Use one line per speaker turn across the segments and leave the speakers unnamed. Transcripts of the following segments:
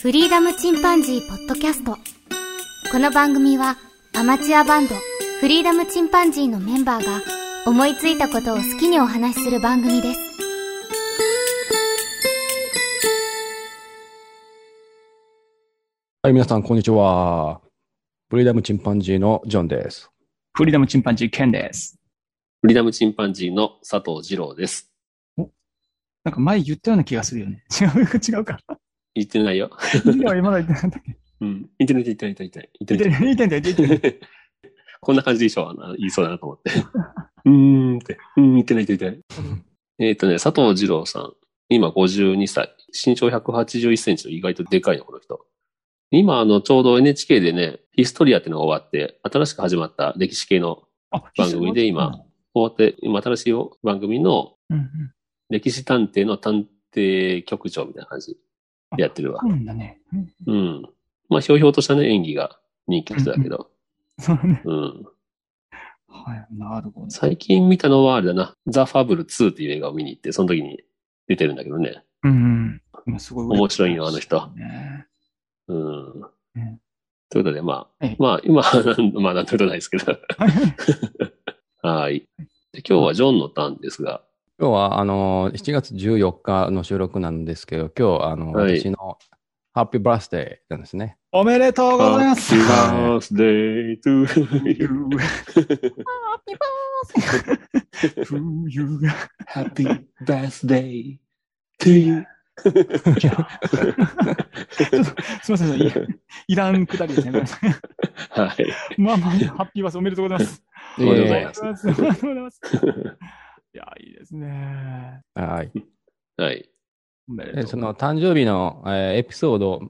フリーダムチンパンジーポッドキャスト。この番組はアマチュアバンドフリーダムチンパンジーのメンバーが思いついたことを好きにお話しする番組です。
はい、皆さん、こんにちは。フリーダムチンパンジーのジョンです。
フリーダムチンパンジー、ケンです。
フリーダムチンパンジーの佐藤二郎です。
なんか前言ったような気がするよね。違う、違 うか。
言ってないよ。
今、今だ言ってなかったっけ
うん。言ってない、言ってない、言ってない、言っ
言
て
って
ない。
ない言ってない言ってない。
こんな感じでしょあの言いそうだなと思 って。うーんって。うーん、言ってない、言ってない。えっ、とね、佐藤二郎さん。今52歳。身長181センチの意外とでかいの、この人。今、あの、ちょうど NHK でね、ヒストリアっていうのが終わって、新しく始まった歴史系の、
あ
番組で今。終わって、今新しい番組の
うんうん。
歴史探偵の探偵局長みたいな感じでやってるわ
そ。うなんだね。うん
うん。まあ、ひょうひょうとしたね、演技が人気の人だけど。
そうだね。
うん。
はい、なるほど。
最近見たのはあれだな、ザ・ファブル2っていう映画を見に行って、その時に出てるんだけどね。
うんうん。すごい
面白いよあの人
ね
うん。
ね
ということで、ま
え
あ
え、
まあ、今はなん、 まあ、なんてことないですけど。 はい。で今日はジョンのターンですが、
今日は、あの、7月14日の収録なんですけど、今日、あの、
はい
私のハッピーバースデーなんですね。
おめでとうございます。
バースデートゥー
To you.
Happy birthday to you.
いやちょっとすみません、いいらんくだりですね。ごめんなさい
はい。
まあまあ、ハッピーバースデーおめでとうございます。
お
めでとうござい
あ
ま
りがとうございます。いや、いいですね。
はい。
はい。
おめでとう
でその、誕生日の、えーエピソード、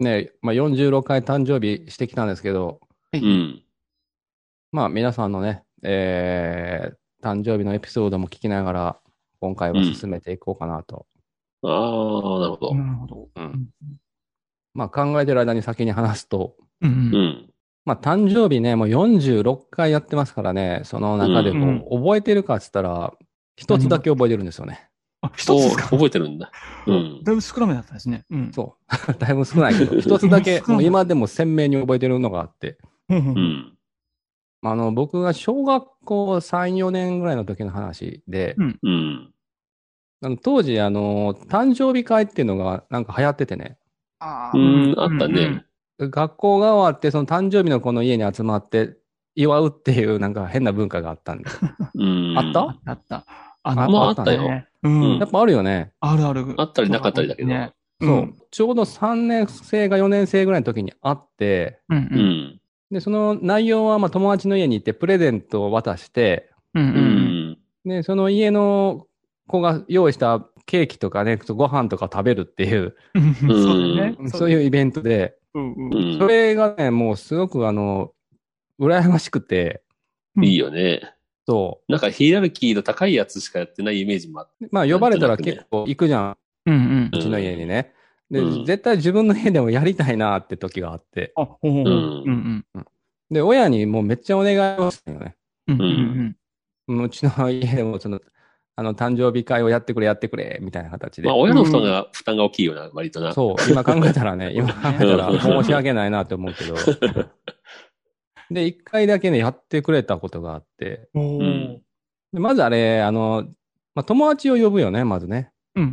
ね、まあ、46回誕生日してきたんですけど、
うん。
まあ、皆さんのね、えー誕生日のエピソードも聞きながら、今回は進めていこうかなと。
ああ、なるほど。
なるほど。
う
うんん。
まあ、考えてる間に先に話すと、
うん
う。ん。
まあ、誕生日ね、もう46回やってますからね、その中でこう
うん
覚えてるかっつったら、一つだけ覚えてるんですよね。
あ、一つですか
お覚えてるんだ。うん。
だいぶ少なめだったですね。うん。
そう。 だいぶ少ないけ ど、一つだけ、
少ない
もう今でも鮮明に覚えてるのがあって、
うんう。
うんん。
あの、僕が小学校3、4年ぐらいの時の話で、
うん。
あの当時、あの、誕生日会っていうのがなんか流行っててね、
あ
う
ー
ん、あった。
う
ね
ん。
学校が終わって、その誕生日の子の家に集まって、祝うっていうなんか変な文化があったんで。
うん。
あった
あった。あ
あ
まあ、あった
あった
よ。。
う
うん
ん
や。っぱあるよね。
あるある。
あったりなかったりだけど。
ね
そう。。ちょうど3年生が4年生ぐらいの時に会って、
うん。う。
うんん。
で、その内容はまあ友達の家に行ってプレゼントを渡して、
うん。
う
うん。
ん。
で、その家の子が用意したケーキとかね、ご飯とか食べるっていう、
うん。そうだね。
そういうイベントで、
うん。う
うんん
それがね、もうすごくあの、羨ましくて、
いいよね。
そ
なんかヒエラルキーの高いやつしかやってないイメージもあって。
う。まあ呼ばれたら
なんとなくね
結構行くじゃん、
うん。
うちの家にね。で、
うん
絶対自分の家でもやりたいなって時があって。
あ、ほうほうほう。
う
うん。
で、親にもうめっちゃお願いをしたよね。
うん。うん。うん。
もううちの家でもその、あの、誕生日会をやってくれ、やってくれ、みたいな形で。
まあ、親の負担が、負担が大きいよな、割とな。
そう、今考えたらね、今考えたら
うん
申し訳ないなと思うけど。で、一回だけね、やってくれたことがあって、
おお。う
うんん。
でまずあれ、あの、まあ、友達を呼ぶよね、まずね。
う。
うん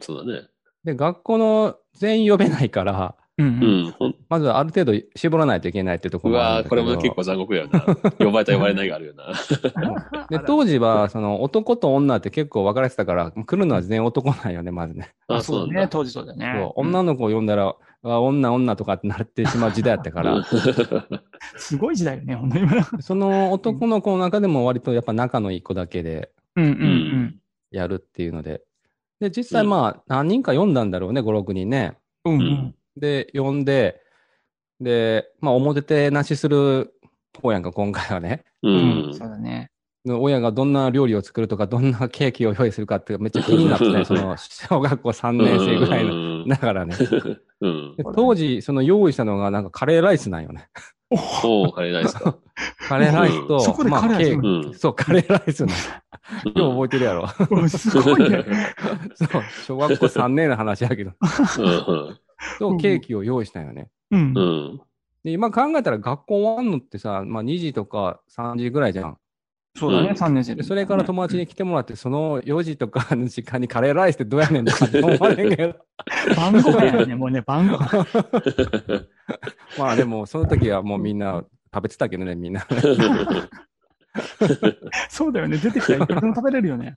ん、そうだね。
で、学校の全員呼べないから、
う。
うんん。ほん
まずある程度絞らないといけないってとこ
う
ろがあ
わ
る
ー
んだけ
こ
ど
れも結構残酷だよな。呼ばれた呼ばれないがあるよな。
で、当時は、その、男と女って結構分かれてたから、来るのは全員男なんよね、まずね。
あ、そうな
ね。
んだ。
当時そうだね
そう。女の子を呼んだら、あ女女とかってなってしまう時代やったから、
すごい時代よね、ほんとに。う
その男の子の中でも割とやっぱ仲のいい子だけで
んう
うんん。
やるっていうので。で、実際まあ何人か読んだんだろうね、5、6人ね。
うん。うんうん。
で、読んで、で、まあ表手なしする方やんか、今回はね。
う
うん。
ん
そう。だね。
親がどんな料理を作るとか、どんなケーキを用意するかってめっちゃ気になってね、その小学校3年生ぐらいの。
の。
だからね。
うん。
で当時、その用意したのがなんかカレーライスなんよね。
おー、カレーライスか。
カレーライスと、
そこで
まあ
カレーライス
ケーキ
うん。
そう、カレーライスの。よう覚えてるやろ。
おすごいね。
そう、小学校3年の話やけど。
うんうん
とケーキを用意したんよね。
うん
う。ん。
で、今考えたら学校終わんのってさ、まあ2時とか3時ぐらいじゃん。
そうだね、
うん
3年生
で、
で。
それから友達に来てもらって、その4時とかの時間にカレーライスってどうやねんと かって思われんけど。
番号だ よね、もうね、番号。
まあでも、その時はもうみんな食べてたけどね、みんな。
そうだよね、出てきたらいくらでも食べれるよ ね。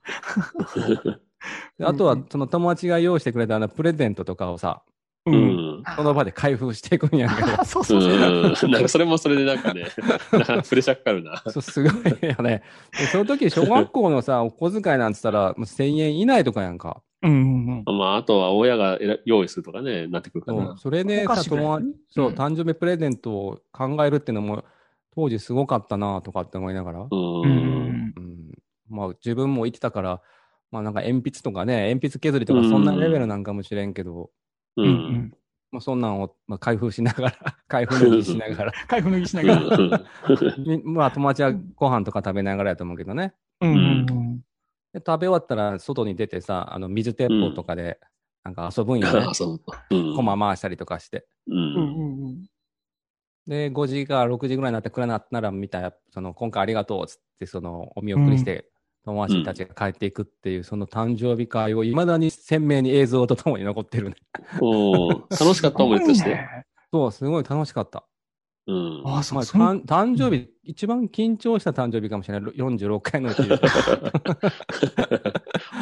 であとは、その友達が用意してくれたあのプレゼントとかをさ、
う
う。ん。
その場で開封していくんやけ
あ、 そうそうそう。
うん。なんかそれもそれでなんかね、 なかなかプレッシャーかかるな。
ど。そうすごいよね。でその 時、小学校のさ、お小遣いなんつったら、もう1000円以内とかやんか。
うんうんうん。
まあ、あとは親が選用意するとかね、なってくるか
そ
ら
う。それで
お
さ、
菓子ぐらい
友達そう、
うん
誕生日プレゼントを考えるっていうのも、当時すごかったなとかって思いながら。
う。
うんん
うんまあ自分も行ってたから、まあなんか鉛筆とかね、鉛筆削りとか
うん
そんなレベルなんかもしれんけど、
う。
うんん。
まあそんなんを、まあ、開封しながら、 開封の儀しな がら、
開封脱ぎしな
う
がら。
ん。
みまあ友達はご飯とか食べながらやと思うけどね。
うんうん
で食べ終わったら外に出てさ、あの水鉄砲とかでなんか遊ぶんよね
あ。 そう。うん。
駒、回したりとかして。
う
う。
んうんんうん。
で、5時か6時ぐらいになって暗なったら見たら、その今回ありがとうっつって、そのお見送りして、友達たちが帰っていくっていう、その誕生日会をいまだに鮮明に映像とともに残ってるね。
おー楽しかった思い出とし
すご
て。
ね
そう、すごい楽しかった。
うん。
あ、そ
ま
う
あ、
そう。
誕誕生日、一番緊張した誕生日かもしれない。46回のうちで。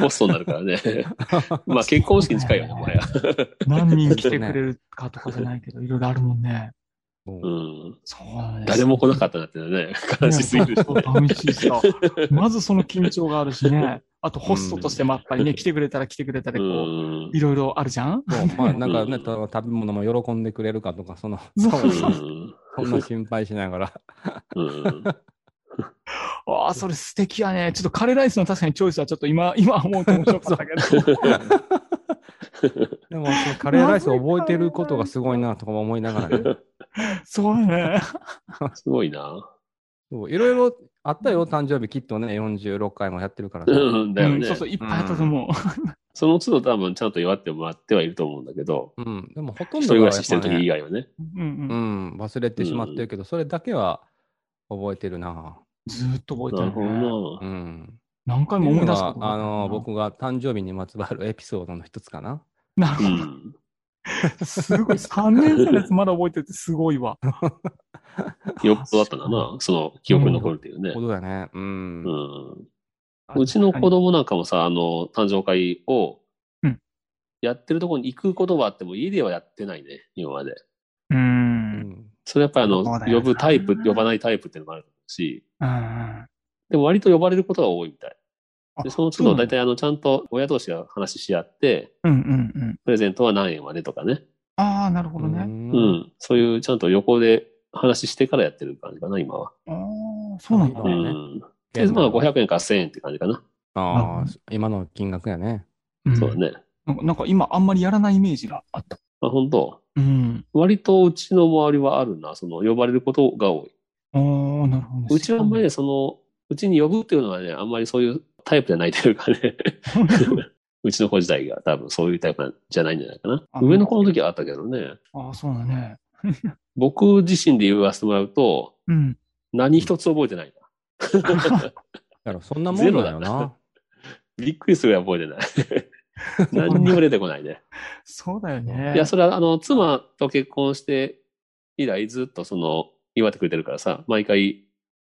ホストになるからね。まあ、結婚式に近いよね、もはや。
何人来てくれるかとかじゃないけど、いろいろあるもんね。
う。
もうん
そうなんです
誰も来なかったなってね、悲しすぎる し
そう寂しいさ。まずその緊張があるしね。あと、ホストとしてもやっぱりね、来てくれたら来てくれたで、
う
こう、。
ん
いろいろあるじゃん
そうまあ、なんかね、た食べ物も喜んでくれるかとか、その、
そう
そううんそんな心配しながら。
うん。
ああ、それ素敵やね。ちょっとカレーライスの確かにチョイスはちょっと今、 今思うと面白かったけ ど。
でも、そのカレーライスを覚えてることがすごいなとかも思いながらね。
そうね。
すごいな。
そういろいろあったよ、誕生日きっとね、46回もやってるからさ。
うん、だよ
うん
ね
そう。そう、いっぱいあったと思う。
その都度多分ちゃんと祝ってもらってはいると思うんだけど、
うん、でもほと
一
ん
人
どが
暮
や
ら
っ
ししてる
ぱ
時以
ね、
外はね。
うんうん
うん、忘れてしまってるけど、それだけは覚えてるな。
ずーっと覚えて
なる
る、
ほ
ね。
ど
う
な。
ん。
何回も思い出す
って
こ
い
と
うのが
があ
あ
る
の、。僕が誕生日にまつわるエピソードの一つかな。
なる
う
ほど。
ん。
すごい。3年生のやつまだ覚えててすごいわ。
よっぽどだったんだな、その記憶に残るっていうね
ほ。どやね。うん。
うん。うちの子供なんかもさ、あの、誕生会を
うん、
やってるところに行くことはあっても、家ではやってないね、今まで。
う。
うんん
それやっぱりあの、
そうだよ
呼
な
ぶタイプ、呼ばないタイプっていうのもあるし、
うん。
でも割と呼ばれることが多いみたい。で、
あ
その都
そう
度
なんだ
大体あの、ちゃんと親同士が話し合って、
うんうんうん。
プレゼントは何円までとかね。
ああ、なるほど
う
ね。
ん
うん。そういう、ちゃんと横で話してからやってる感じかな、今は。
ああ、そうなんだ。
そうだね
ん。で、まあ、500円から1000円って感じかな。
ああ、今の金額やね。
うん
そうだね。
なんかなんか今あんまりやらないイメージがあった。
あ、本当
うん。
割とうちの周りはあるな、その呼ばれることが多い。
ああ、なるほど。
うちはあんまりね、その、うちに呼ぶっていうのはね、あんまりそういうタイプじゃないというかね、 うちの子自体が多分そういうタイプなんじゃないんじゃないかな。
あ
上の子の時はあったけどね、
ああ、そうだね。
僕自身で言わせてもらうと、
うん。
何一つ覚えてないな。
だからそんなもんだよな。
びっくりするぐらい覚えて ない。何にも出てこないね。
そうだよね。
いや、それはあの、妻と結婚して以来ずっとその、祝ってくれてるからさ、毎回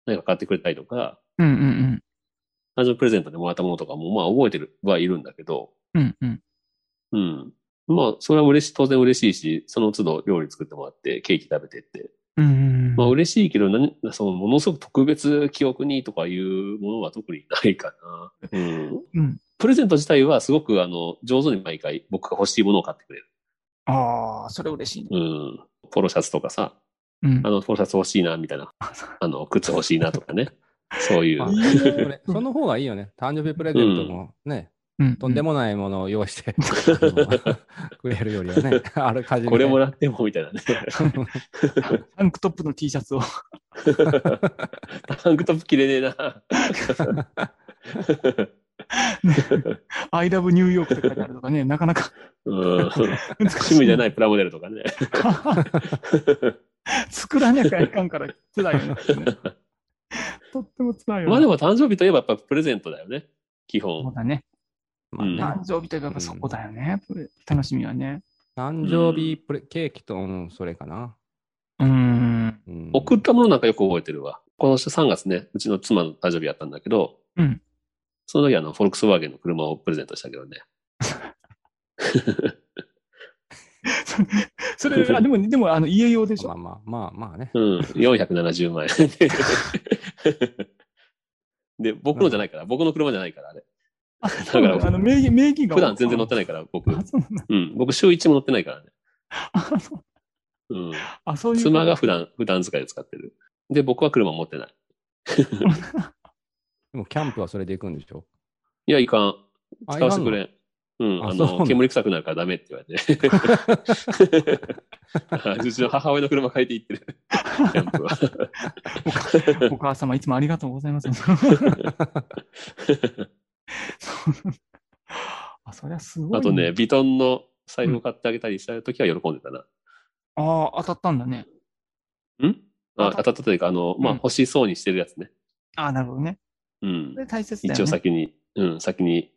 何か買ってくれたりとか、
うんうん
誕生日プレゼントでもらったものとかも、まあ覚えてるはいるんだけど、
うん。うんうん。
うん。まあ、それは嬉しい、当然嬉しいし、その都度料理作ってもらって、ケーキ食べてって。
うんうん。
まあ、嬉しいけど、何その、ものすごく特別記憶にとかいうものは特にないかな。うん。
うん。
プレゼント自体はすごく、あの、上手に毎回僕が欲しいものを買ってくれる。
ああ、それ嬉しいね。
うん。ポロシャツとかさ、
うん
あ。の、ポロシャツ欲しいな、みたいな。あの、靴欲しいなとかね。そういう
まあ。それその方がいいよね。誕生日プレゼントもね、
うん
とんでもないものを用意 して、くれるよりはね、あるかじめ
これもらっても、みたいなね。
タンクトップの T シャ ツを。
タンクトップ着れねえな。
I love ニューヨークって書いてあるとか ね、なかなか
うん。
難しい。
趣味じゃないプラモデルと かね。
作らなきゃいかんから辛いよ ね。とっても辛いよね。
まあでも誕生日といえばやっぱプレゼントだよね。基
そう
本。
だね。
まあ
うん
ね
誕生日といえばやっぱそこだよね。楽しみはね。
誕生日プレケーキと、うんそれかな。
うーん。
うん
送ったものなんかよく覚えてるわ。この3月ね、うちの妻の誕生日やったんだけど、
うん
その時あの、フォルクスワーゲンの車をプレゼントしたけどね。
それ、あでも、でも、あの、家用でし
まあ
ょ。
まあまあまあね。
うん、470万円。 で、僕のじゃないから、僕の車じゃないから、あれ。
あ、
だ
そうなんだあの、名義、名義が。
普段全然乗っててないから、僕。
あ、そうなんだ。
うん、僕週1も乗ってないからね。
あ、 そう
うん。
あそういう。
妻が普段、普段使いで使ってる。で、僕は車持ってない。
でもキャンプはそれで行くんでしょ
いや、いかん。
あ
使わせてくれ
い
ん。うん、
あ
あ
そうな
の、
の
煙臭くなるからダメって言われて。うちの母親の車借りて行ってる。キャンプは。
お母お母様、いつもありがとうございます。 あ、そりゃすごい、
あとね、。ビトンの財布を買ってあげたりした時は喜んでたな。
ああ、当たったんだね。
ん
当
あ
た
当たったというか、あの、まあ、
うん
欲しそうにしてるやつね。
ああ、なるほどね。
うん
そ。れ大切だよね。
一応先に、うん、先に、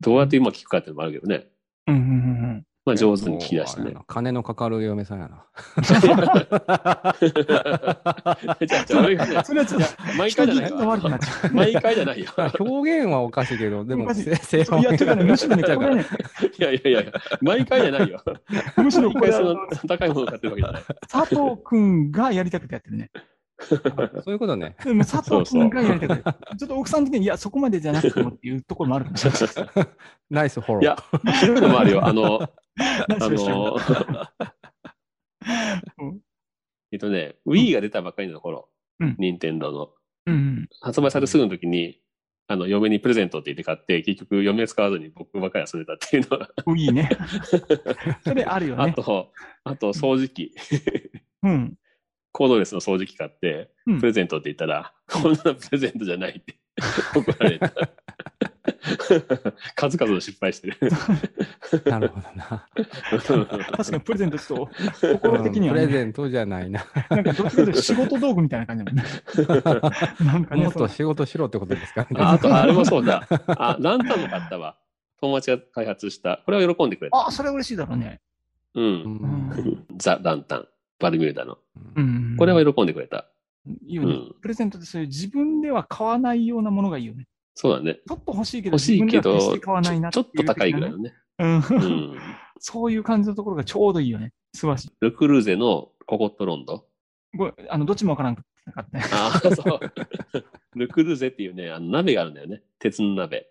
どうやって今聞くかっていうのもあるけどね。
うんうんうんうん。
まあ、
や。
上手に聞き出して
もうあれ
ね
や。な金のかかる嫁さんやな。
じゃあ、じゃあ悪い話じゃない
それはちょっと、
毎
人
回
に
じ
言
ゃな
っ
い
て悪くな
よ。
っちゃ
毎回じゃないよ。
表現はおかしいけど、で
お
も、
かしい
せ正
う。いや、てかね、むしろね、こ
だから
れね、
いやいやいや、毎回じゃないよ。
むしろ
毎
これ
回
あ
そ
の
の、高いものを買ってるわけじゃない。
佐藤くんがやりたくてやってるね。
そういうことね。
でも佐藤くんがやりたくて。ちょっと奥さん的に、いや、そこまでじゃなくてもっていうとこ ろもあるかもしれない。
ナイスフォロー。
いやそういうのもあるよ。あの、
何
あ
しろしても
の
うん、
えっとね、Wii が出たばっかりの頃
うん、
任天堂の。
うん うん。
発売されてすぐの時に、あの、嫁にプレゼントって言って買って、結局嫁使わずに僕ばっかり遊んでたっていうのは。
いいね。それあるよ
あ
ね。
と、あと掃除機、
うん。
コードレスの掃除機買って
う、ん
プレゼントって言ったら、こんなプレゼントじゃないって 怒られた。 数々の失 敗してる。
なるほどな。
確かにプレゼントちょっと、心的には、
うん
ね、
プレゼントじゃないな。
なんかどっちかというと仕事道具みたいな感じだもんね。 なんかね、
もっ
そ
と
う
仕事しろってことですかね。
ああと、あれもそうだ。 あ、ランタンも買ったわ。友達が開発した。これは喜んでくれた。
あ、それは嬉しいだろうね。
う。
うんん
ザ・ランタン。バルミューダの。
う。ん。
これは喜んでくれた。
いいよね。
うん
プレゼントでそういう自分では買わないようなものがいいよね。
そうだね。
ちょっと欲しいけど、
欲しいけ
自分では
ど、
決
ち
し
ょ
て買わないな
ちょっと高いぐらいの
の。
ね。
うん
うん。
そういう感じのところがちょうどいいよね。素晴らしい。
ルクルーゼのココットロンド。
ごめんあの、どっちもわからんかったね。
ああ、そう。ルクルーゼっていうね、あの鍋があるんだよね。鉄の鍋。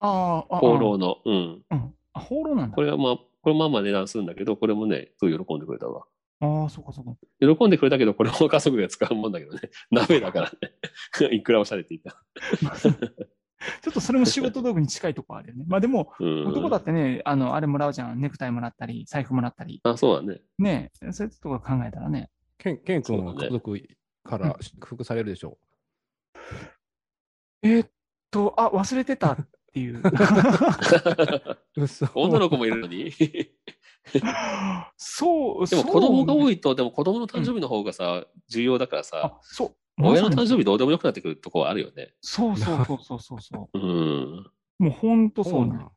ああ、ああ。
放浪の。うん。
うん。あ、放浪なんだ
こ。れはまあ、これもまあまあ値段するんだけど、これもね、すごい喜んでくれたわ。
ああ、そうかそう か。
喜んでくれたけど、これも家族が使うもんだけどね。鍋だからね。い くらおしゃれって言った。
ちょっとそれも仕事道具に近いとこあるよ ね。まあでも、
うん。
男だってね、あの、あれもらうじゃん。ネクタイもらったり、財布もらったり。
あ、そうだね。
ねえ、そういうところ考えたらね。
ケン、ケン君
そ
は
うだね
家族から祝福されるでしょ
えーっと、あ、忘れてたっていう。
う。嘘
女の子もいるの に。
そう、
で
そ
も
う
子供が多いと、でも子供の誕生日の方がさ、重要だからさ
あ、、そう。
親の誕
日
生日どうでもよくなってくるとこはあるよね。
そうそうそうそうそうそ
うん。
う。もう本当
そ
そうう
な
ね。
ん。
う。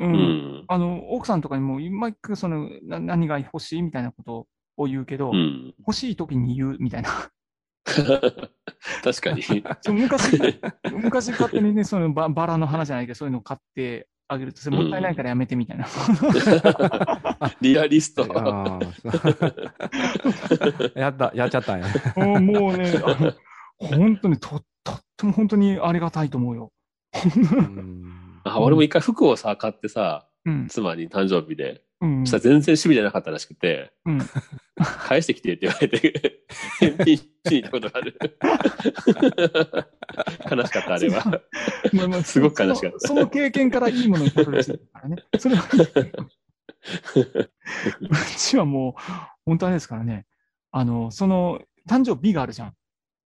うんん。
あの、奥さんとかにも、毎回その、な何が欲しいみたいなことを言うけど
う、ん。
欲しい時に言うみたいな。
確かに。
そう昔、昔勝手にね、その ババラの花じゃないけど、そういうのを買ってあげると、それもったいないからやめてみたいな。
リアリスト。
あーやった、やっちゃったんや。
うんもう ね、あの本当にと、とっても本当にありがたいと思うよ。
うん
あ、俺も一回服をさ、買ってさ、
うん。
妻に誕生日で、
うん
そしたら全然趣味じゃなかったらしくて、
うん
返してきてって言わ れて、返品しに行ったことがある。 悲しかった、あれは。
まあまあ
すごく悲しかった
そのその経験からいいものにたどり着いたからね。 それはうちはもう、本当あれですからね。あの、その、誕生日があるじゃん。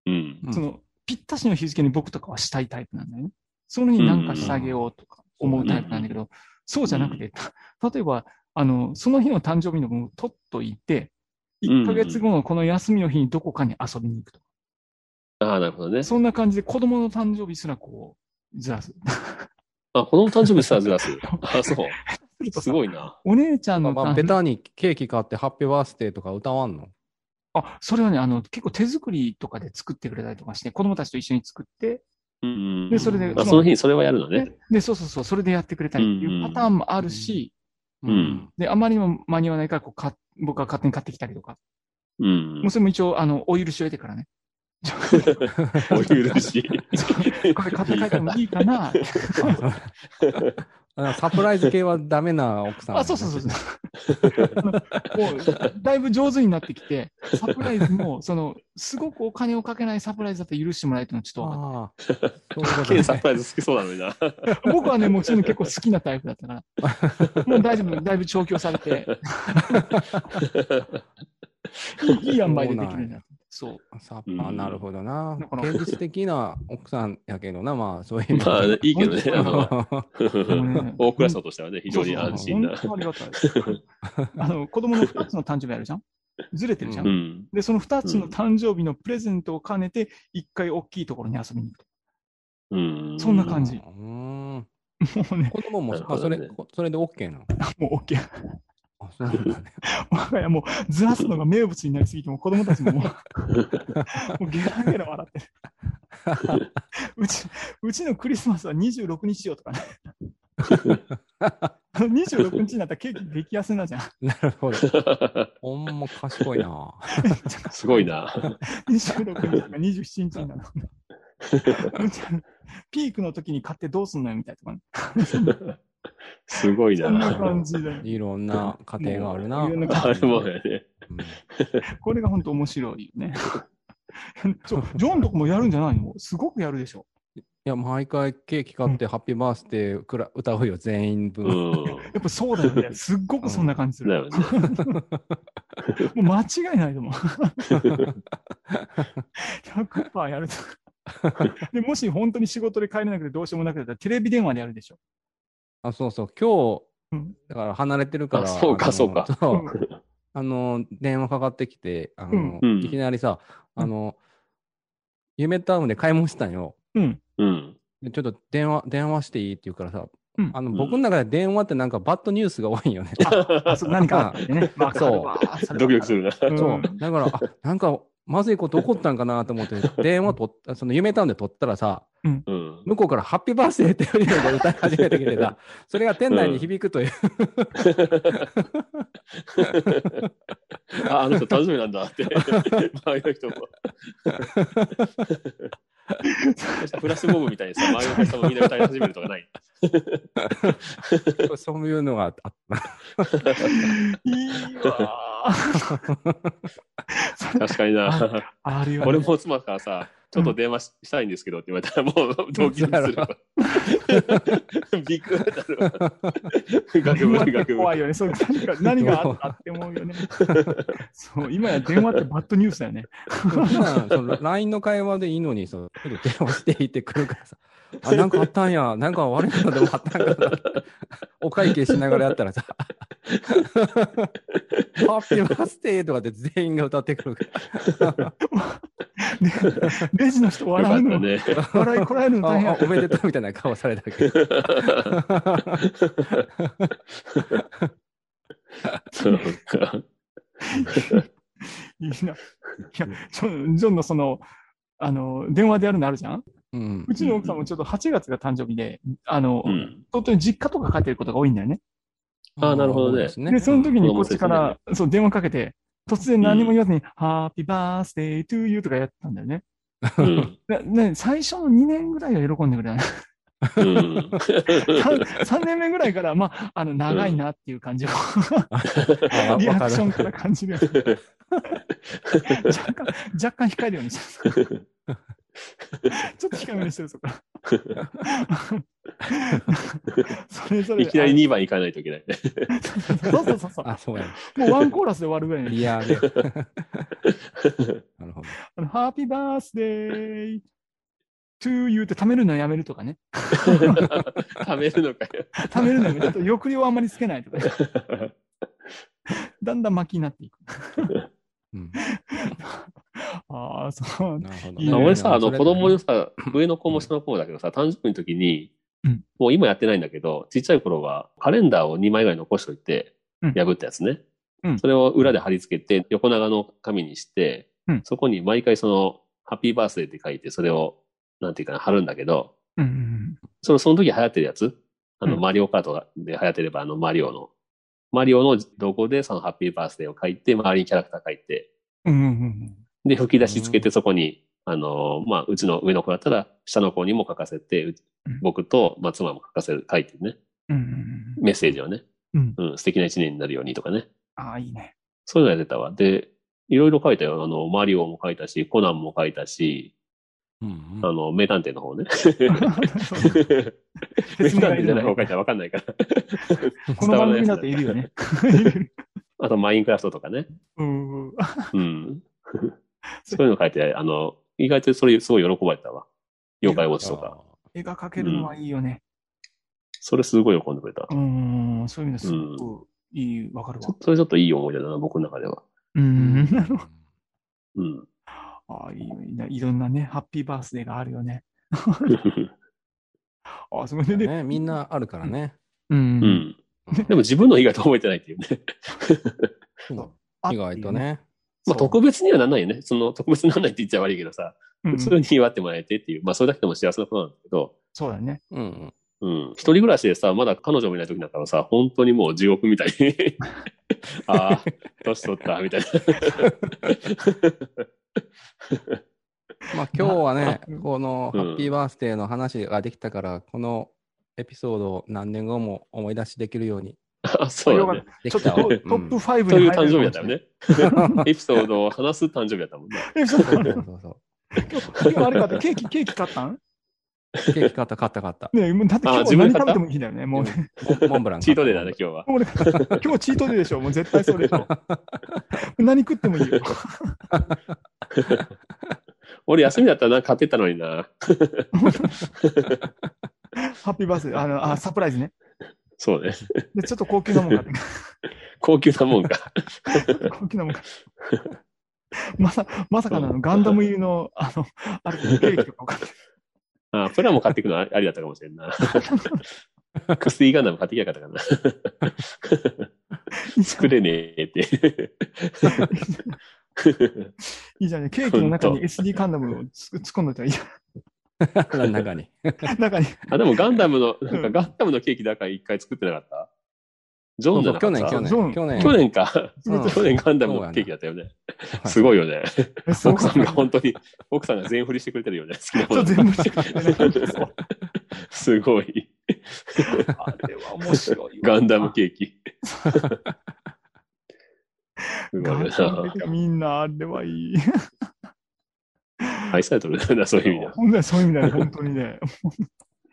うん。
うん
その、ぴったしの日付に僕とかはしたいタイプなんだよね。その日に何かしてあげようとか思うタイプなんだけど、そうじゃなくて、た例えば、あの、その日の誕生日の分を取っといて、1ヶ月後のこの休みの日にどこかに遊びに行くとか。
ああ、なるほどね。
そんな感じで子供の誕生日すらこう、ずらす。
あ、子供誕生日したらずらす。あ、そう。
すると
す
さ
ごいな。
お姉ちゃんの
まあ、
誕
ベタにケーキ買って、ハッピーバースデーとか歌わんの
あ、それはね、あの、結構手作りとかで作ってくれたりとかして、子供たちと一緒に作って、
うん。
で、それで、
あ、その日にそれはやるのね。
で、そうそうそう、それでやってくれたりっていうパターンもあるし、
うん
で、あまりにも間に合わないから、こうか、僕が勝手に買ってきたりとか。
うん
もう。それも一応、あの、お許しを得てからね。ちょ
お許し。
これ買って帰ってもいいかな
あサプライズ系はダメな奥さん、
あ、そうそうそうそう。もう、だいぶ上手になってきて、サプライズも、その、すごくお金をかけないサプライズだったら許してもらえるのはちょっと分かっ
ああ。そういうこと
ケ
ね
ンサプライズ好きそうなのにな。
た。僕はね、もうそういうの結構好きなタイプだったから。もう大丈夫、だいぶ調教されて、いいいい塩梅でできるようになった。そう。
さ
うん
あなるほどな
だか。ら
現実的な奥さんやけどな、まあ、そういう意味
ま あ、
で。
いいけどね。あの、
もね
大倉さんとしてはね、非常
そ
に
うそう
安心な。
本当ありがたいです。あの、子供の2つの誕生日あるじゃんずれてるじゃん。
うん。
で、その2つの誕生日のプレゼントを兼ねて、一回大きいところに遊びに行く
うん。
そんな感じ
うん
と。もうね、
子供も、
なる
あ
ほ
そ
どね
れ、それで OK なの。
もう OK。
あそうなんだ ね。
我 が家もうずらすのが名物になりすぎて、もう子供たちも もう、もうゲラゲラ笑ってる。 うち、うちのクリスマスは26日よと かね。あの26日になったらケーキ激安になるじゃん。
なるほど。ほんま賢いな。
すごいな。
26日とか27日になるのピークの時に買ってどうすんのよみたいなとかね。
すごい
そんな
な。
感じで。
いろんな家庭があるな。
もういろんな家
あれもやね。
うん
これが本当面白いよね。 ちょジョンとかもやるんじゃないのすごくやるでしょ。
いや、毎回ケーキ買って、ハッピーバースデーくら歌うよ、全員
う
分。
ん。
やっぱそうだよ ね。すっごくそんな感じす
だ
る。
よね。
もう間違いないと 思う。100%やるとで。もし本当に仕事で帰れなくてどうしようもなくてだったらテレビ電話でやるでしょ。
あ、そうそう、今
うん
日、だから離れてるから。
あそうか
あの
そうか
そう
うん
あの、電話かかってきて、あの、
うんうん
いきなりさ、あの、夢タウンで買い物したんよ。
うん。
うん。
でちょっと電話、電話していいって言うからさ、
うん
あの、
うん
僕の中で電話ってなんかバッドニュースが多いんよね。
あ、そう何かあって ね。まあ、
そう
ドキドキするな。
うん
そう。だから、あ、なんか、まずいこと起こったんかなと思 って、電話取った、その夢タウンで取ったらさ、
うん。
向こうからハッピーバースデーって言うのが歌い始めてきてさ、それが店内に響くという、
あ、あの人誕生日なんだ って。周りの人 も。フラッシュモブみたいにさ、周りの人もみんな歌い始めるとかない。
そういうのがあった。
いいわー。それ
確かにな。
あるよね
俺も妻からさ、ちょっと電話ししたいんですけどって言われたら、もうドキドキする わ。びっくりだろ。 学
電話っ
部、
て
学部。
怖いよね。そう何か何があったって思うよね。そう、今や電話ってバッドニュースだよね。
普段その LINE の会話でいいのに、そのちょっと電話していいってくるからさ、あ、なんかあったんや、なんか悪いことでもあったんかなって、お会計しながらやったら さ、ハッピーバースデーとかって全員が歌ってくるから、
でレジの人
よか
笑
っ
う
た
の、
ね。
笑いこらえるの大変
ああおめでとうみたいな顔されたけど、
そうか。
いいな。いや、ジョンジョンのその、あの、電話でやるのあるじゃん
うん
う、ちの奥さんもちょっと8月が誕生日で、あの、
うん。
本当に実家とか帰ってることが多いんだよね。
あなるほどね
そうです
で、その時に
子供
こっちか
た
ら、
ち
そう、電話かけて、突然何も言わずに、ハッピーバースデートゥーユーとかやったんだよね。
うん。
なな最初の2年ぐらいは喜んでくれない。
うん。
3年目ぐらいから、まあ、あの、長いなっていう感じを、
あ
リ
わ
ア
か
ク
る
ションから感じる。若干、若干控えるようにしてる。ちょっと控えめにしてる、そこら。それぞれ。
いきなり2番行かないといけ ない。
そうそうそうそう。
あ、そうやね。
もうワンコーラスで終わるぐらいに、
リア ル。なるほど。
あのハッピーバースデー to 言うて貯めるのやめるとかね。
貯めるのかよ。
貯めるのやめる。あと抑揚あんまりつけないとか、ね、だんだん巻きになっていく。
うん
ああ、そう。
なるほど
いいね
まあ俺さ、あの、子供
の
のさ、上の子も下の子もだけどさ、誕生日の時に
うん、
もう今やってないんだけど、ちっちゃい頃は、カレンダーを2枚ぐらい残しといて
うん、
破ったやつね
うん。
それを裏で貼り付けて、横長の紙にして
うん、
そこに毎回その、ハッピーバースデーって書いて、それを、なんていうかな、貼るんだけど、
うんうん
その、その時流行ってるやつ、あの、
うん
マリオカートで流行ってれば、あの、マリオの、マリオのロゴでそのハッピーバースデーを書いて、周りにキャラクター書いて、
うん。うんうんうん
で、吹き出しつけてそこに、あのー、まあ、うちの上の子だったら、下の子にも書かせて、うち
うん
僕と、まあ、妻も書かせる、書いてね、
うんうんうん。
メッセージをね、
うん
うん、素敵な一年になるようにとかね、
ああ、いいね。
そういうのやってたわ。で、いろいろ書いたよ。あの、マリオも書いたし、コナンも書いたし、
うん
あの、名探偵の 方ね。
説明がいるのね
名探偵じゃない方書いたらわかんないから。
この番組だ
だ
っているよ ね。
あと、マインクラフトとかね。
うん うん。
うん。そういうの書いて、あの、意外とそれすごい喜ばれたわ。妖怪ウォッチとか。。
絵が描けるのはいいよね。
それすごい喜んでくれた。
うん、そういうのすごくいい、わかるわ
ちょ。それちょっといい思い出だな、僕の中では。
うん。
うん。
ああ、いいよいいないろんなね、ハッピーバースデーがあるよね。ああ、すごいね。で
ね、みんなあるからね。
う。
うんん。でも自分の意外と覚えてないっていうね。
意外と。ね。
ま
そ
あ
う
特別にはならないよね。その特別にならないって言っちゃ悪いけどさ、
うん
普通に祝ってもらえてっていう、まあそれだけでも幸せなことなんだけど、
そうだね。
うんうん。
うん。一人暮らしでさ、まだ彼女もいない時なんかはさ、本当にもう地獄みたいに。 ああ、年取った、みたいな。
まあ今日はね
うん、
このハッピーバースデーの話ができたから、このエピソードを何年後も思い出しできるように
あそうだね。
で
ちょ
き
っと
たわ
トトップ5
とい
に
う
入
誕
れ
生日だ
る
った
か
よ
もし
ね。 エピソードを話す誕生日だったもんね。
れない。え、そうだ
そう
ね
そうそうそう。
今日今日あれかった。ケーキ、ケーキ買ったん
ケーキ買った、買った、買った。
ねえもうだって今
あ
日
自分
何
で買
食
っ
べ
た
てもいいんだよね。もうね。
モンモンブラン買った。
チートデー だね、今日は。
俺、今日チートデーでしょ。もう絶対そうでし ょ。何食ってもいいよ。
俺休みだったらなんか買ってったのにな。
ハッピーバースデー。あの、あ、サプライズね。
そうね。
で、ちょっと高級なもん買って
高級なもんか。
高級なもん買って まさ、まさかのあのガンダム入りの、あの、あれ、ケーキとかを買って。
あプラも買っていくのあり だったかもしれん な。クスティガンダム買ってきやがったかな。作れね えって。
いいじゃんね。ケーキの中に
ほん
SD ガンダムをつ突っ込んどいたらいいよ。
中に。
中に。
あ、でもガンダムの、な
うん
んかガンダムのケーキだから一回作ってなかったジ
そ
ョン
う
じ
そ
ゃ
う
なか
去
っ
年、
た
去
ジョン
年、去年。
去年か。
うん
去年ガンダムのケーキだったよね。 すごいよね。
えそう
奥さんが本当に、奥さんが全振りしてくれてるよね。好きなも
そう
の
全部してくれて ね。そう
すごい。
あれは面白いわ。
ガンダムケーキ。すごい
ガンダム
よな
ケ。ーキみんな、あれはいい。
愛されてるんだな、そういう意味では。
本当にそういう意味 だよ、本当にね。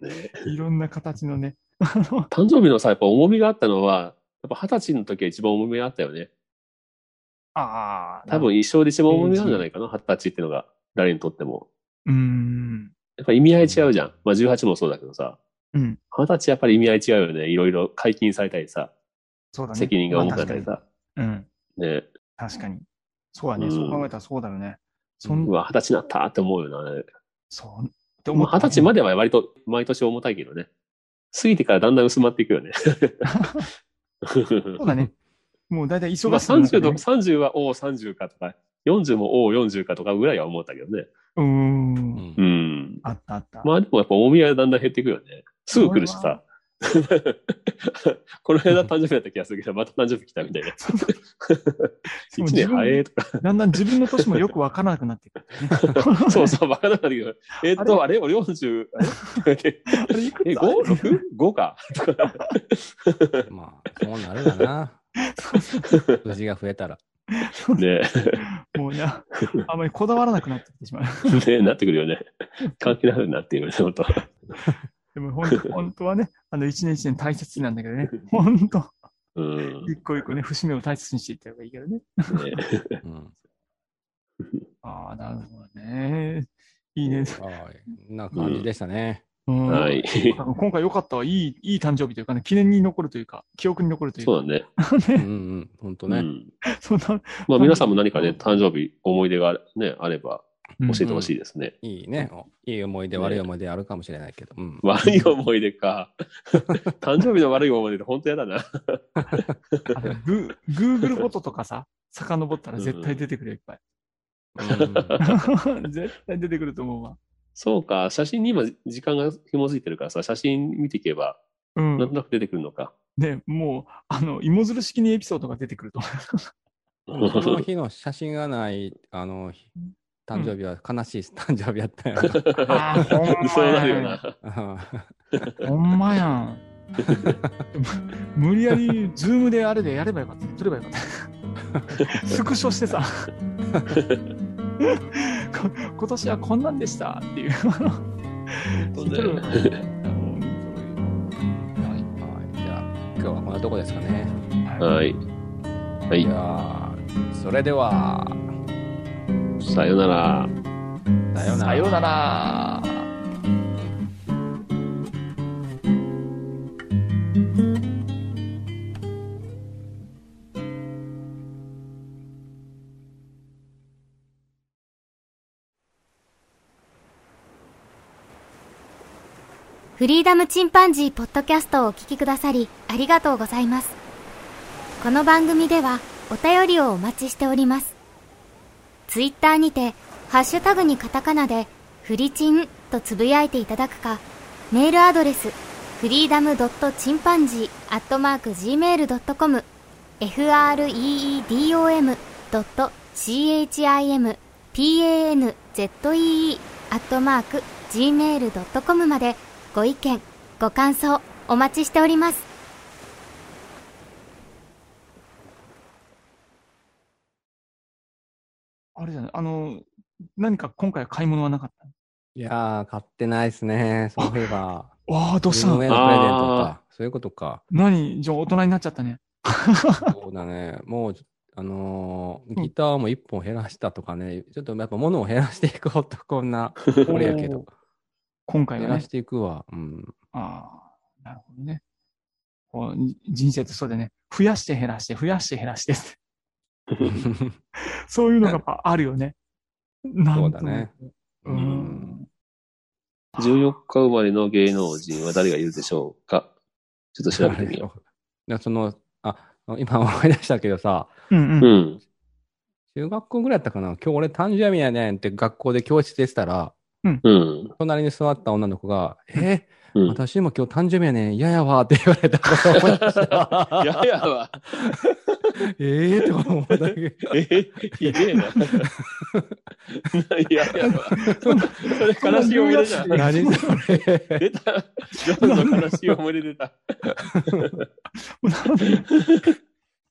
ね
いろんな形のね。
誕生日のさ、やっぱ重みがあったのは、やっぱ二十歳の時は一番重みがあったよね。
ああ、
多分一生で一番重みがあるんじゃないかな、二十歳ってのが、誰にとっても。
うーん。
やっぱ意味合い違うじゃん。まあ18もそうだけどさ。
うん。
二十歳やっぱり意味合い違うよね。いろいろ解禁されたりさ、
そうだね。
責任が重くなった
まあ
りさ。
確かにうん。
ね。
確かに。そうだね。
うん
そう考えたらそうだよね。そ、
うんわ、二十歳になったって思うよな。
そう。って
まあ二十歳
ま
までは割と毎年重たいけどね。過ぎてからだんだん薄まってい くよね。
そうだね。もう大体
ま
忙
あ
しくなって
30
ね
と、30はおお30かとか、40もおお40かとかぐらいは思ったけどね。
うー。
うんん
うん。
あったあった。
まあでもやっぱ重みはだんだん減っていくよね。すぐ来るしさ。 この間誕生日だった気がするけど、また誕生日来たみた いな。
しか
1
も
年
自分
早えとか。
だんだん自分の年もよくわからなくなってくる、ね。
そ うそう、わからなかったけど。えっと、あれ俺40、あれ
あれいくつ
え、5?6?5 か。
まあ、そうなるだ な。無事が増えたら。
ね
もうね、あんまりこだわらなくなってきてしまう。
え、 ねえ、なってくるよね。関係なくなっているね、本当。
でも本当本当はね、あの一年一年大切なんだけどね、本当、
うん。ね
一個一個ね、節目を大切にしていった方がいいけどね。
え
うん
ああ、なるほどね。いいね。
はい。な感じでしたね。
うん
はい。
あの今回良かったわ。いい、いい誕生日というかね、記念に残るというか、記憶に残るというか。
そうだね。
うんうん。本当
う
ね。
ん。
そんな、
まあ皆さんも何かね、誕生日、思い出があれ,、ね、あれば
うん
教えてほしいですね。
いいね。おいい思い出、
ね
悪い思い出あるかもしれないけど。うん。
悪い思い出か。 誕生日の悪い思い出って本当やだな。
あのグー Google フォトとかさ、遡ったら絶対出てくるよ、いっぱい。
うん
絶対出てくると思うわ。
そうか、写真に今時間が紐づいてるからさ、写真見ていけば、
う
なんと
ん。
なく出てくるのか。
ね、もう、あの、芋づる式にエピソードが出てくると思
その日の写真がない、あの、ひ誕生日は悲しい誕生日やったよ。
う。 ああ、ほんまや。
そうなるよな。
ほんまやん。 無理やり、ズームであれでやればよかった。撮ればよかった。スクショしてさ。 こ今年はこんなんでしたっていう。
そうだよね
はい。じゃあ、今日はこんなとこですかね。
はい。は
じ
い。
ゃあ、それでは、
さよなら。
さような
さ
ら
よ。うなら。
フリーダムチンパンジーポッドキャストをお聞きくださりありがとうございます。この番組ではお便りをお待ちしております。ツイッターにて、ハッシュタグにカタカナで、フリチンとつぶやいていただくか、メールアドレス、フリーダムドットチンパンジーアットマーク Gmail.com、freedom ドット chimpanzee アットマーク Gmail.com までご意見、ご感想お待ちしております。
あれじゃない、あの、何か今回は買い物はなかっ
いやー、買ってないですね。そういえば。
た。わあ、どうし
自
た
分
の
へのプレゼント
あ
か。そういうことか。
何じゃあ大人になっちゃったね。
そうだね。もう、あのーギターも一本減らしたとかね、ちょっとやっぱ物を減らしていこうと、こんな、これやけ
お
ど
ー。今回
減
は
ら
ね
し。ていくわ。うん。
ああ、なるほどね。こうじ人生ってそうでね、増やして減らして、増やして減らしてって、 そういうのがやっぱあるよね。なん
そう
と
だね。。
う。ん。
14日生まれの芸能人は誰がいるでしょうかちょっと調べてみよ
いやその、あ、今思い出したけどさ、
うん
う。
う。
うんん。
中学校ぐらいだったかな。今日俺誕生日やねんって学校で教室でしたら、
うん。
隣に座った女の子が、え
うん。
私も今日誕生日やねん、嫌やわって言われたことを思い出した。
いややわ。
ええー、とか思ったけど。
え、ひでえな。いややわ。それ悲しい思い出じゃん。
何それ
出た。ジョンの悲しい思い出出た。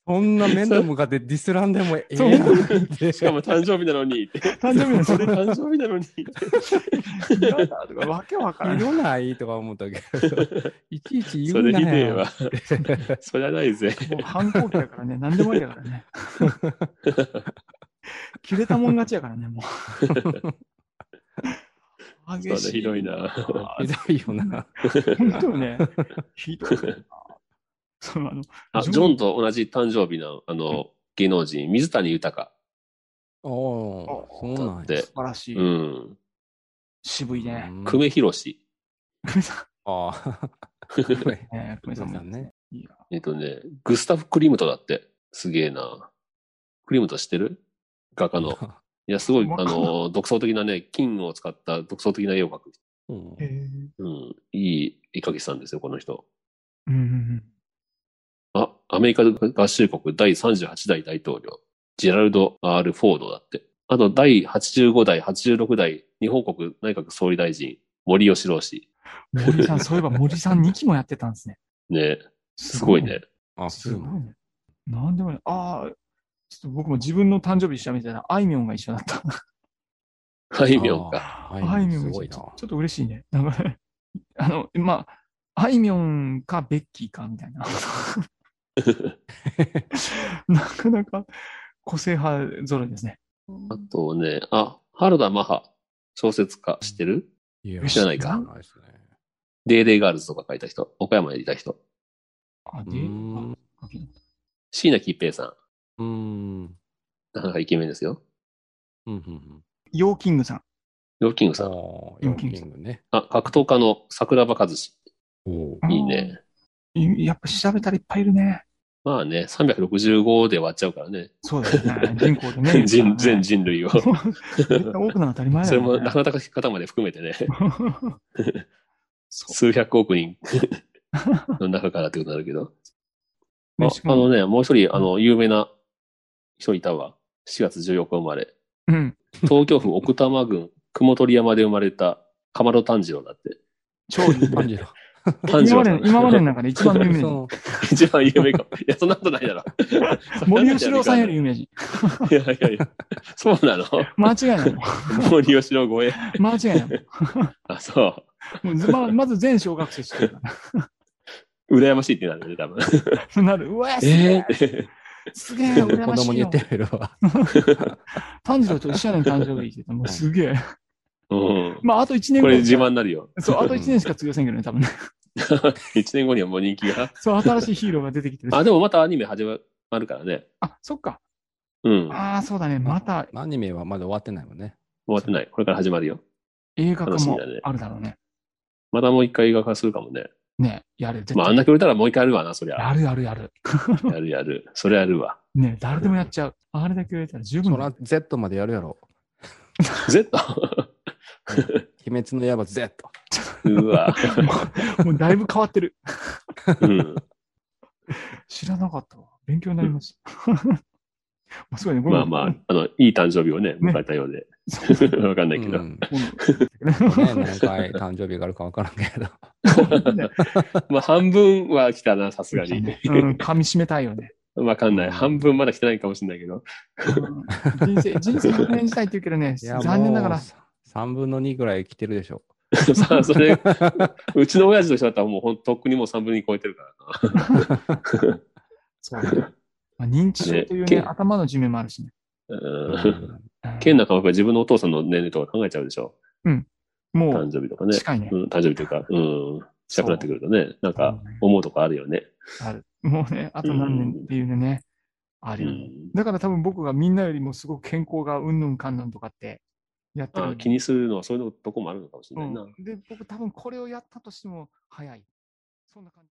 そんな面と向かってディスらんでもええ
そう
やんって。
しかも誕生日なのに。
誕生日のそ
そ
れ
れ誕生日なのに。
嫌だとか、わけわからん。
色ないとか思ったけど、 いちいち言
そうれ
な
ひ
よ
でえわ。そりゃないぜ。
もう反抗期だからね、何でもありだから ね。切れたもん勝ちやからね、も う。
そう
激
だ、
しい。
ひどいな。
あ
ひ
ー。
どいよな。
本当よ ね。ひどいな。そのあの、
あ、ジョンと同じ誕生日の、あの、芸能人、水谷豊。
おー、そう
だ
なん
っ
や
て
素。晴らしい。
うん。
渋いね。
うん
久米宏
久米さ
ああ。
ん。ね久米さん
久米さ
も
んね。
いいや。
えっとね、グスタフ・クリムトだって。すげえな。クリムト知ってる画家の。いや、すごい、
わ
あ
かんない
の、独創的なね、金を使った独創的な絵を描く。
うん
へー
うん。いい絵描きさんですよ、この人。
うんうんうん。
あ、アメリカ合衆国第38代大統領、ジェラルド・ R ・フォードだって。あと、第85代、86代、日本国内閣総理大臣、森喜朗氏。
森さん、そういえば森さん2期もやってたんですね。
ね、すごいね。。
あ、
す
そうな
ご
ん
い
や
ね。なんでもない。ああ、ちょっと僕も自分の誕生日調べてたら、あいみょんが一緒だった。
あいみょんか。
あー
あ
あ
い
い
み
みょ
ょん
ん
が
す
一緒
ごい
ち
な
ょ。っと嬉しいね。なんか ねあの、まあ、あいみょんかベッキーかみたいな。なかなか個性派揃いですね。
あとね、あ、原田マハ小説家知ってる
いや
知らないか
知らないですね。
デーデーガールズとか書いた人。岡山にいた人。
あ、
う
で、
ーん。
あ
椎名桔平さん。
うーん。
なかなかイケメンですよ。
うんうんうん。
ヨーキングさん。
ヨーキングさ
ああ
ん。、
ヨーキングね。
あ、格闘家の桜庭和志。
おー
いいね。
い。やっぱ調べたらいっぱいいるね。
まあね、365で割っちゃうからね。
そうだよね。人口でね。
人全人 類を。
絶対多くなの当たり前だ
それ
よ、ね。
も、なかなか方まで含めてね、
そ
数百億人 の中からってことになるけど。
う。
あ
ねしか
あの
も、
ね、もう一人、あの、有名な人いたわ。4月14日生まれ。
うん。
東京府奥多摩郡雲取山で生まれた、鎌戸炭治郎だって。
超有名
炭治 郎。
炭治
今ま
郎さ
で
ん
の、今までの中で一番有名人。
そ
一番有名 かも。いや、そんなことないだろ。
森吉郎さんより有名人。
いやいやいや、そうなの
間違いない。
森吉郎超え。
間違いない。
あ、そ
もうずままず全小学生知ってる か
う。羨ましいってなるね、多分。
ら。なる。うわ、すげ
え
え。
ー、
すげえ、
う
羨
子
まし
供
い
に言
よ
っ。てみるわ。
炭治郎と一緒やねん、誕生日って言って。もうすげえ。
うん。
まあ、あと1年
こ
後。
れ自慢になるよ。
そう、あと1年しか通用せんけどね、多分ね。
一年後にはもう人気 が。
そう、新しいヒーローが出てきてる。
あ、でもまたアニメ始まるからね。
あ、そっか。
うん。終
ああ、そうだね。また
アニメはまだ終わってないもんね。
わってない。これから始まるよ。
映画化
楽しみ
も
だね
あるだろうね。
またもう一回映画化するかもね。
ね、やる。絶
まあ、あん
対。
だけ売れたらもう一回やるわな、そりゃ。
やるやるやる。
やるやる。それやるわ。
ね、誰でもやっちゃう。あれだけ売れたら十分
そ
だ
ら Z までやるやろ。
Z!
鬼滅の刃 Z。
うわ。
もうだいぶ変わってる。
うん。
知らなかったわ。勉強になりました。 もうすごいね、ごめん
まあまあ、あの、いい誕生日をね、迎えたようで。 わかんな
う
いけど。
ん。ね、
ごめん
何回誕生日があるか分からんけど。
まあ、半分は来たな、さすが
う
に。
ん、噛み締めたいよね。
わかんない。半分まだ来てないかもしれないけ ど。
うん人生、 人生100年時代って言うけどね、
いや
残念なが。
も
ら
う、さ3分の2ぐらい来てるでしょ。
さあ、それ、 うちの親父としてだったらもうほんとっくにもう3分に超えてるからな。
そうだねまあ、認知症というね、
ね
頭の寿命もあるしね。
うん。
うん
ケン中は自分のお父さんの年齢とか考えちゃうでしょ。
も
誕
う
生日とかね。
近いね
う。ん、誕生日というか、うん。近くなってくるとね、なんか
そうね
思うとこあるよね。
ある。もうね、あと何年っていうのね、あ
う
るよね。
ん。
だから多分僕がみんなよりもすごく健康がうんぬんかんぬんとかってやって
あ
る。
気にするのはそういうとこもあるのかもしれ
う
ないな。
ん、で、僕多分これをやったとしても早い。そんな感じ。